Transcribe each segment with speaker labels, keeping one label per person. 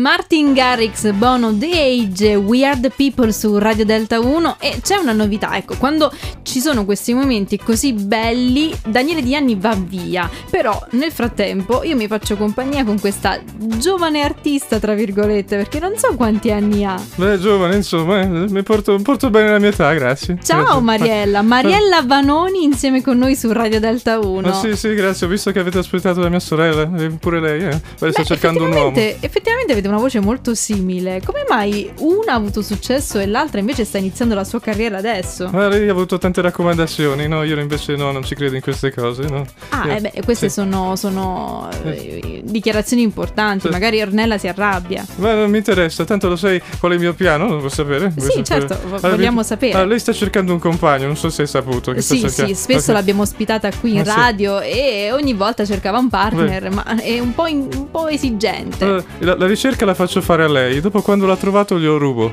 Speaker 1: Martin Garrix, Bono, The Age, We Are The People su Radio Delta 1 e c'è una novità, ecco, quando ci sono questi momenti così belli, Daniele Dianni va via, però nel frattempo io mi faccio compagnia con questa giovane artista, tra virgolette, perché non so quanti anni ha.
Speaker 2: Beh, giovane, insomma, eh, mi porto, porto bene la mia età, grazie.
Speaker 1: Ciao
Speaker 2: Grazie.
Speaker 1: Mariella, Mariella Vanoni insieme con noi su Radio Delta 1.
Speaker 2: Ma sì, sì, grazie. Ho visto che avete aspettato la mia sorella, eh, pure lei, eh. Beh, sto
Speaker 1: Beh,
Speaker 2: cercando un uomo.
Speaker 1: effettivamente- Effettivamente avete una voce molto simile. Come mai una ha avuto successo e l'altra invece sta iniziando la sua carriera adesso?
Speaker 2: Ma Eh, lei ha avuto tante raccomandazioni, no? Io invece no, non ci credo in queste cose, no?
Speaker 1: Ah,
Speaker 2: Io-
Speaker 1: eh beh, queste
Speaker 2: sì.
Speaker 1: sono, sono, eh, dichiarazioni importanti.
Speaker 2: Sì.
Speaker 1: Magari Ornella si arrabbia.
Speaker 2: Ma non mi interessa, tanto lo sai qual è il mio piano, lo vuoi sapere? Vuoi
Speaker 1: Sì,
Speaker 2: sapere?
Speaker 1: certo, vo-
Speaker 2: Allora,
Speaker 1: vogliamo
Speaker 2: mi-
Speaker 1: sapere.
Speaker 2: Ah, lei sta cercando un compagno, non so se hai saputo. Che
Speaker 1: Sì,
Speaker 2: sta cercando.
Speaker 1: sì, spesso
Speaker 2: Ok.
Speaker 1: l'abbiamo ospitata qui in
Speaker 2: Ah, sì.
Speaker 1: radio e ogni volta cercava un partner, ma è un po', in- un po' esigente.
Speaker 2: Allora, Ah, la, la ricerca la faccio fare a lei, dopo quando l'ha trovato glielo rubo.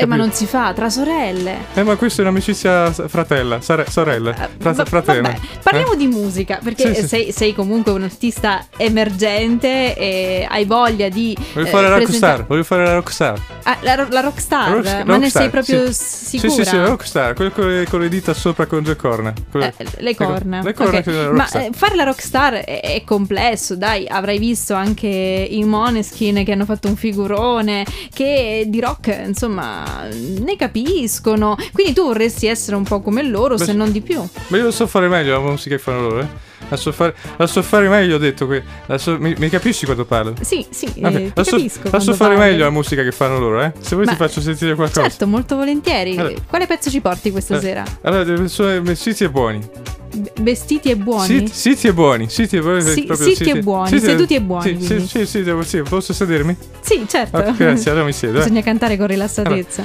Speaker 1: eh, ma
Speaker 2: capito?
Speaker 1: non si fa, tra sorelle.
Speaker 2: Eh, ma questa è un'amicizia s- fratella, sare- sorella,
Speaker 1: Eh,
Speaker 2: fra- Eh?
Speaker 1: va-
Speaker 2: fraterna.
Speaker 1: vabbè, parliamo di musica perché
Speaker 2: Sì, sì.
Speaker 1: Sei, sei comunque un artista emergente e hai voglia di
Speaker 2: Voglio
Speaker 1: eh,
Speaker 2: fare la
Speaker 1: presenta-
Speaker 2: rockstar, voglio fare la rockstar.
Speaker 1: Ah, la, ro- la rockstar,
Speaker 2: La rock-
Speaker 1: ma ne
Speaker 2: rockstar,
Speaker 1: sei proprio
Speaker 2: sì.
Speaker 1: s-
Speaker 2: Sì,
Speaker 1: sicura?
Speaker 2: sì, sì, la rockstar, quello con le, con le dita sopra con due corna. Quello-
Speaker 1: Eh, le corna,
Speaker 2: Le corna
Speaker 1: Ok.
Speaker 2: che è la
Speaker 1: ma
Speaker 2: rockstar.
Speaker 1: eh, fare la rockstar è, è complesso, dai. Avrai visto anche i Moneskin che hanno fatto un figurone, che di rock insomma ne capiscono. Quindi tu vorresti essere un po' come loro,
Speaker 2: Beh,
Speaker 1: se non di più.
Speaker 2: Ma io lo so fare meglio la musica che fanno loro, eh. La so fare, la so fare meglio, ho detto qui. La so- mi, mi capisci quando parlo?
Speaker 1: Sì, sì,
Speaker 2: Ok,
Speaker 1: eh, ti
Speaker 2: la so,
Speaker 1: capisco.
Speaker 2: la so
Speaker 1: quando
Speaker 2: fare
Speaker 1: parli.
Speaker 2: meglio la musica che fanno loro, eh. Se vuoi
Speaker 1: Ma-
Speaker 2: ti faccio sentire qualcosa.
Speaker 1: Certo, molto volentieri.
Speaker 2: Allora.
Speaker 1: Quale pezzo ci porti questa
Speaker 2: Eh,
Speaker 1: sera?
Speaker 2: Allora, deve- sono vestiti e buoni.
Speaker 1: B- vestiti e buoni?
Speaker 2: Sit- Siti e buoni. Siti e buoni.
Speaker 1: Sì,
Speaker 2: proprio
Speaker 1: siti e buoni, seduti e buoni,
Speaker 2: Sì,
Speaker 1: quindi.
Speaker 2: sì, sì, sì, devo- sì, posso sedermi?
Speaker 1: Sì, certo.
Speaker 2: Ok, grazie, allora mi siedo. eh.
Speaker 1: Bisogna cantare con rilassatezza.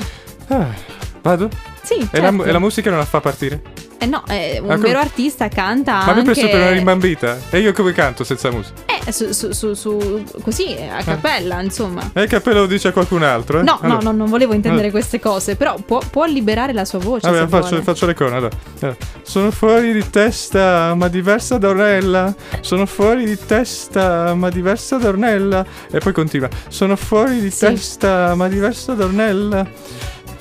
Speaker 2: Ah, vado?
Speaker 1: Sì,
Speaker 2: E, la,
Speaker 1: certo.
Speaker 2: e la musica non la fa partire?
Speaker 1: Eh no, eh, un
Speaker 2: Ah, come-
Speaker 1: vero artista canta
Speaker 2: Ma mi ha
Speaker 1: anche...
Speaker 2: preso per una rimbambita. E io come canto senza musica?
Speaker 1: Eh, su, su- su- su- così, eh, a cappella, insomma.
Speaker 2: E il cappello lo dice a qualcun altro, eh?
Speaker 1: No, no,
Speaker 2: Allora.
Speaker 1: no, non volevo intendere
Speaker 2: Allora.
Speaker 1: queste cose, però può, può liberare la sua voce
Speaker 2: Vabbè,
Speaker 1: se
Speaker 2: faccio,
Speaker 1: vuole.
Speaker 2: faccio le corna. allora. Allora, Sono fuori di testa, ma diversa da Ornella. Sono fuori di testa, ma diversa da Ornella. E poi continua. Sono fuori di
Speaker 1: Sì.
Speaker 2: testa, ma diversa da Ornella.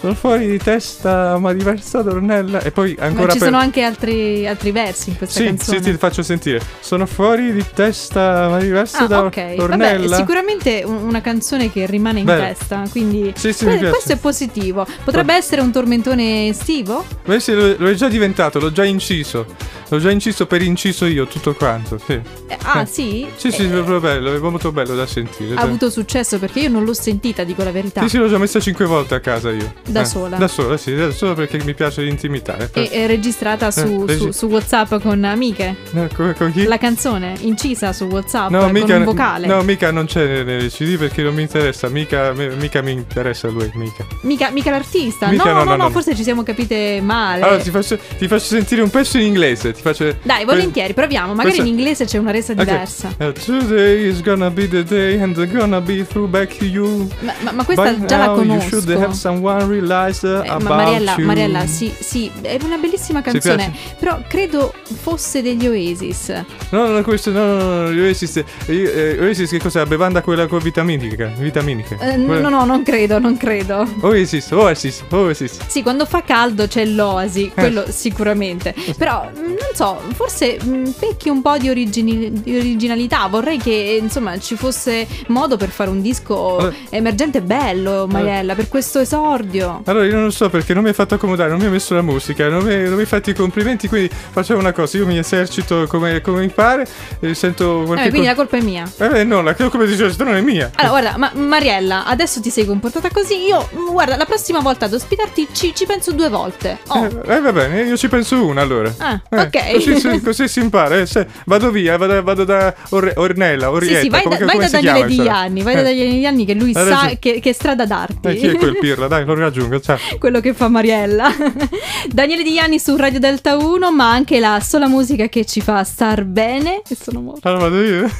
Speaker 2: Sono fuori di testa, ma diversa da Ornella. E poi
Speaker 1: Ma
Speaker 2: ancora
Speaker 1: ci
Speaker 2: per-
Speaker 1: sono anche altri, altri versi in questa
Speaker 2: Sì, sì,
Speaker 1: canzone.
Speaker 2: ti faccio sentire. Sono fuori di testa, ma diversa
Speaker 1: Ah,
Speaker 2: da
Speaker 1: ok.
Speaker 2: Ornella.
Speaker 1: Vabbè, sicuramente un- una canzone che rimane in
Speaker 2: Bella.
Speaker 1: testa, quindi
Speaker 2: Sì, sì, mi
Speaker 1: Que-
Speaker 2: piace.
Speaker 1: questo è positivo. Potrebbe essere un tormentone estivo?
Speaker 2: Beh, sì, lo, lo è già diventato, l'ho già inciso. L'ho già inciso per inciso io, tutto quanto. Sì.
Speaker 1: Eh, ah,
Speaker 2: Eh.
Speaker 1: sì?
Speaker 2: Sì, sì,
Speaker 1: Eh,
Speaker 2: è proprio bello, è molto bello da sentire.
Speaker 1: ha
Speaker 2: da-
Speaker 1: avuto successo perché io non l'ho sentita, dico la verità.
Speaker 2: Sì, sì, l'ho già messa cinque volte a casa io. Eh,
Speaker 1: Da sola.
Speaker 2: Da sola, sì, da sola perché mi piace l'intimità. eh.
Speaker 1: E è registrata su,
Speaker 2: regi-
Speaker 1: su- su WhatsApp con amiche.
Speaker 2: No, co- con chi?
Speaker 1: La canzone incisa su WhatsApp
Speaker 2: No,
Speaker 1: con
Speaker 2: mica,
Speaker 1: un vocale.
Speaker 2: no, mica non c'è nel- nel CD perché non mi interessa, mica, mi- mica mi interessa lui, mica.
Speaker 1: Mica, mica l'artista.
Speaker 2: Mica
Speaker 1: no,
Speaker 2: no,
Speaker 1: no, no,
Speaker 2: no, no.
Speaker 1: forse ci siamo capite male.
Speaker 2: Allora ti faccio, ti faccio sentire un pezzo in inglese, ti faccio...
Speaker 1: Dai,
Speaker 2: que-
Speaker 1: volentieri, proviamo. Magari
Speaker 2: questo-
Speaker 1: in inglese c'è una resa
Speaker 2: Ok.
Speaker 1: diversa.
Speaker 2: Uh, today is gonna be the day and they're gonna be through back to you.
Speaker 1: Ma, ma- ma questa
Speaker 2: By
Speaker 1: già la
Speaker 2: now you should have
Speaker 1: conosco.
Speaker 2: someone realize
Speaker 1: Eh,
Speaker 2: uh, about
Speaker 1: ma Mariella,
Speaker 2: you.
Speaker 1: Mariella, sì, sì, è una bellissima
Speaker 2: Ti
Speaker 1: canzone. Però credo fosse degli Oasis. Eh,
Speaker 2: No, no, questo no, no, no, Oasis, eh, Oasis che cos'è? La bevanda quella con vitaminica, vitaminica.
Speaker 1: Eh, no,
Speaker 2: Quella-
Speaker 1: no, no, non credo, non credo.
Speaker 2: Oasis, Oasis, Oasis.
Speaker 1: Sì, quando fa caldo c'è
Speaker 2: Eh.
Speaker 1: l'oasi, quello sicuramente. Però, mh, non so, forse mh, pecchi un po' di, origini- di originalità. Vorrei che, insomma, ci fosse modo per fare un disco
Speaker 2: Eh.
Speaker 1: emergente e bello, Mariella, per questo esordio.
Speaker 2: Allora io non lo so perché non mi hai fatto accomodare, non mi hai messo la musica, non mi, non mi hai fatto i complimenti, quindi facciamo una cosa, io mi esercito come, come mi pare, eh, sento
Speaker 1: Eh,
Speaker 2: qualche...
Speaker 1: quindi la
Speaker 2: cosa.
Speaker 1: colpa è mia.
Speaker 2: Eh beh, no, la come dicevo, se no non è mia.
Speaker 1: Allora, guarda, ma Mariella, adesso ti sei comportata così. Io, mh, guarda, la prossima volta ad ospitarti ci, ci penso due volte. Oh.
Speaker 2: Eh, eh, va bene, io ci penso una allora.
Speaker 1: Ah,
Speaker 2: Eh,
Speaker 1: ok.
Speaker 2: Così, si- così si impara. eh, se- vado via, vado, vado da Orre- Ornella,
Speaker 1: Sì,
Speaker 2: Orietta.
Speaker 1: sì, vai da,
Speaker 2: come,
Speaker 1: vai
Speaker 2: come
Speaker 1: da
Speaker 2: si
Speaker 1: Daniele
Speaker 2: chiama, insomma?
Speaker 1: Dianni, vai da
Speaker 2: Eh.
Speaker 1: Daniele Dianni che lui
Speaker 2: Ha
Speaker 1: sa
Speaker 2: ragione.
Speaker 1: che, che strada darti.
Speaker 2: Eh, chi è quel pirla? Dai, lo raggiungo, ciao.
Speaker 1: quello che fa Mariella. Daniele Di Ianni su Radio Delta 1, ma anche la sola musica che ci fa star bene. E sono morta.
Speaker 2: Allora vado io.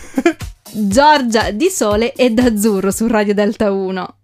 Speaker 1: Giorgia di Sole e d'Azzurro su Radio Delta 1.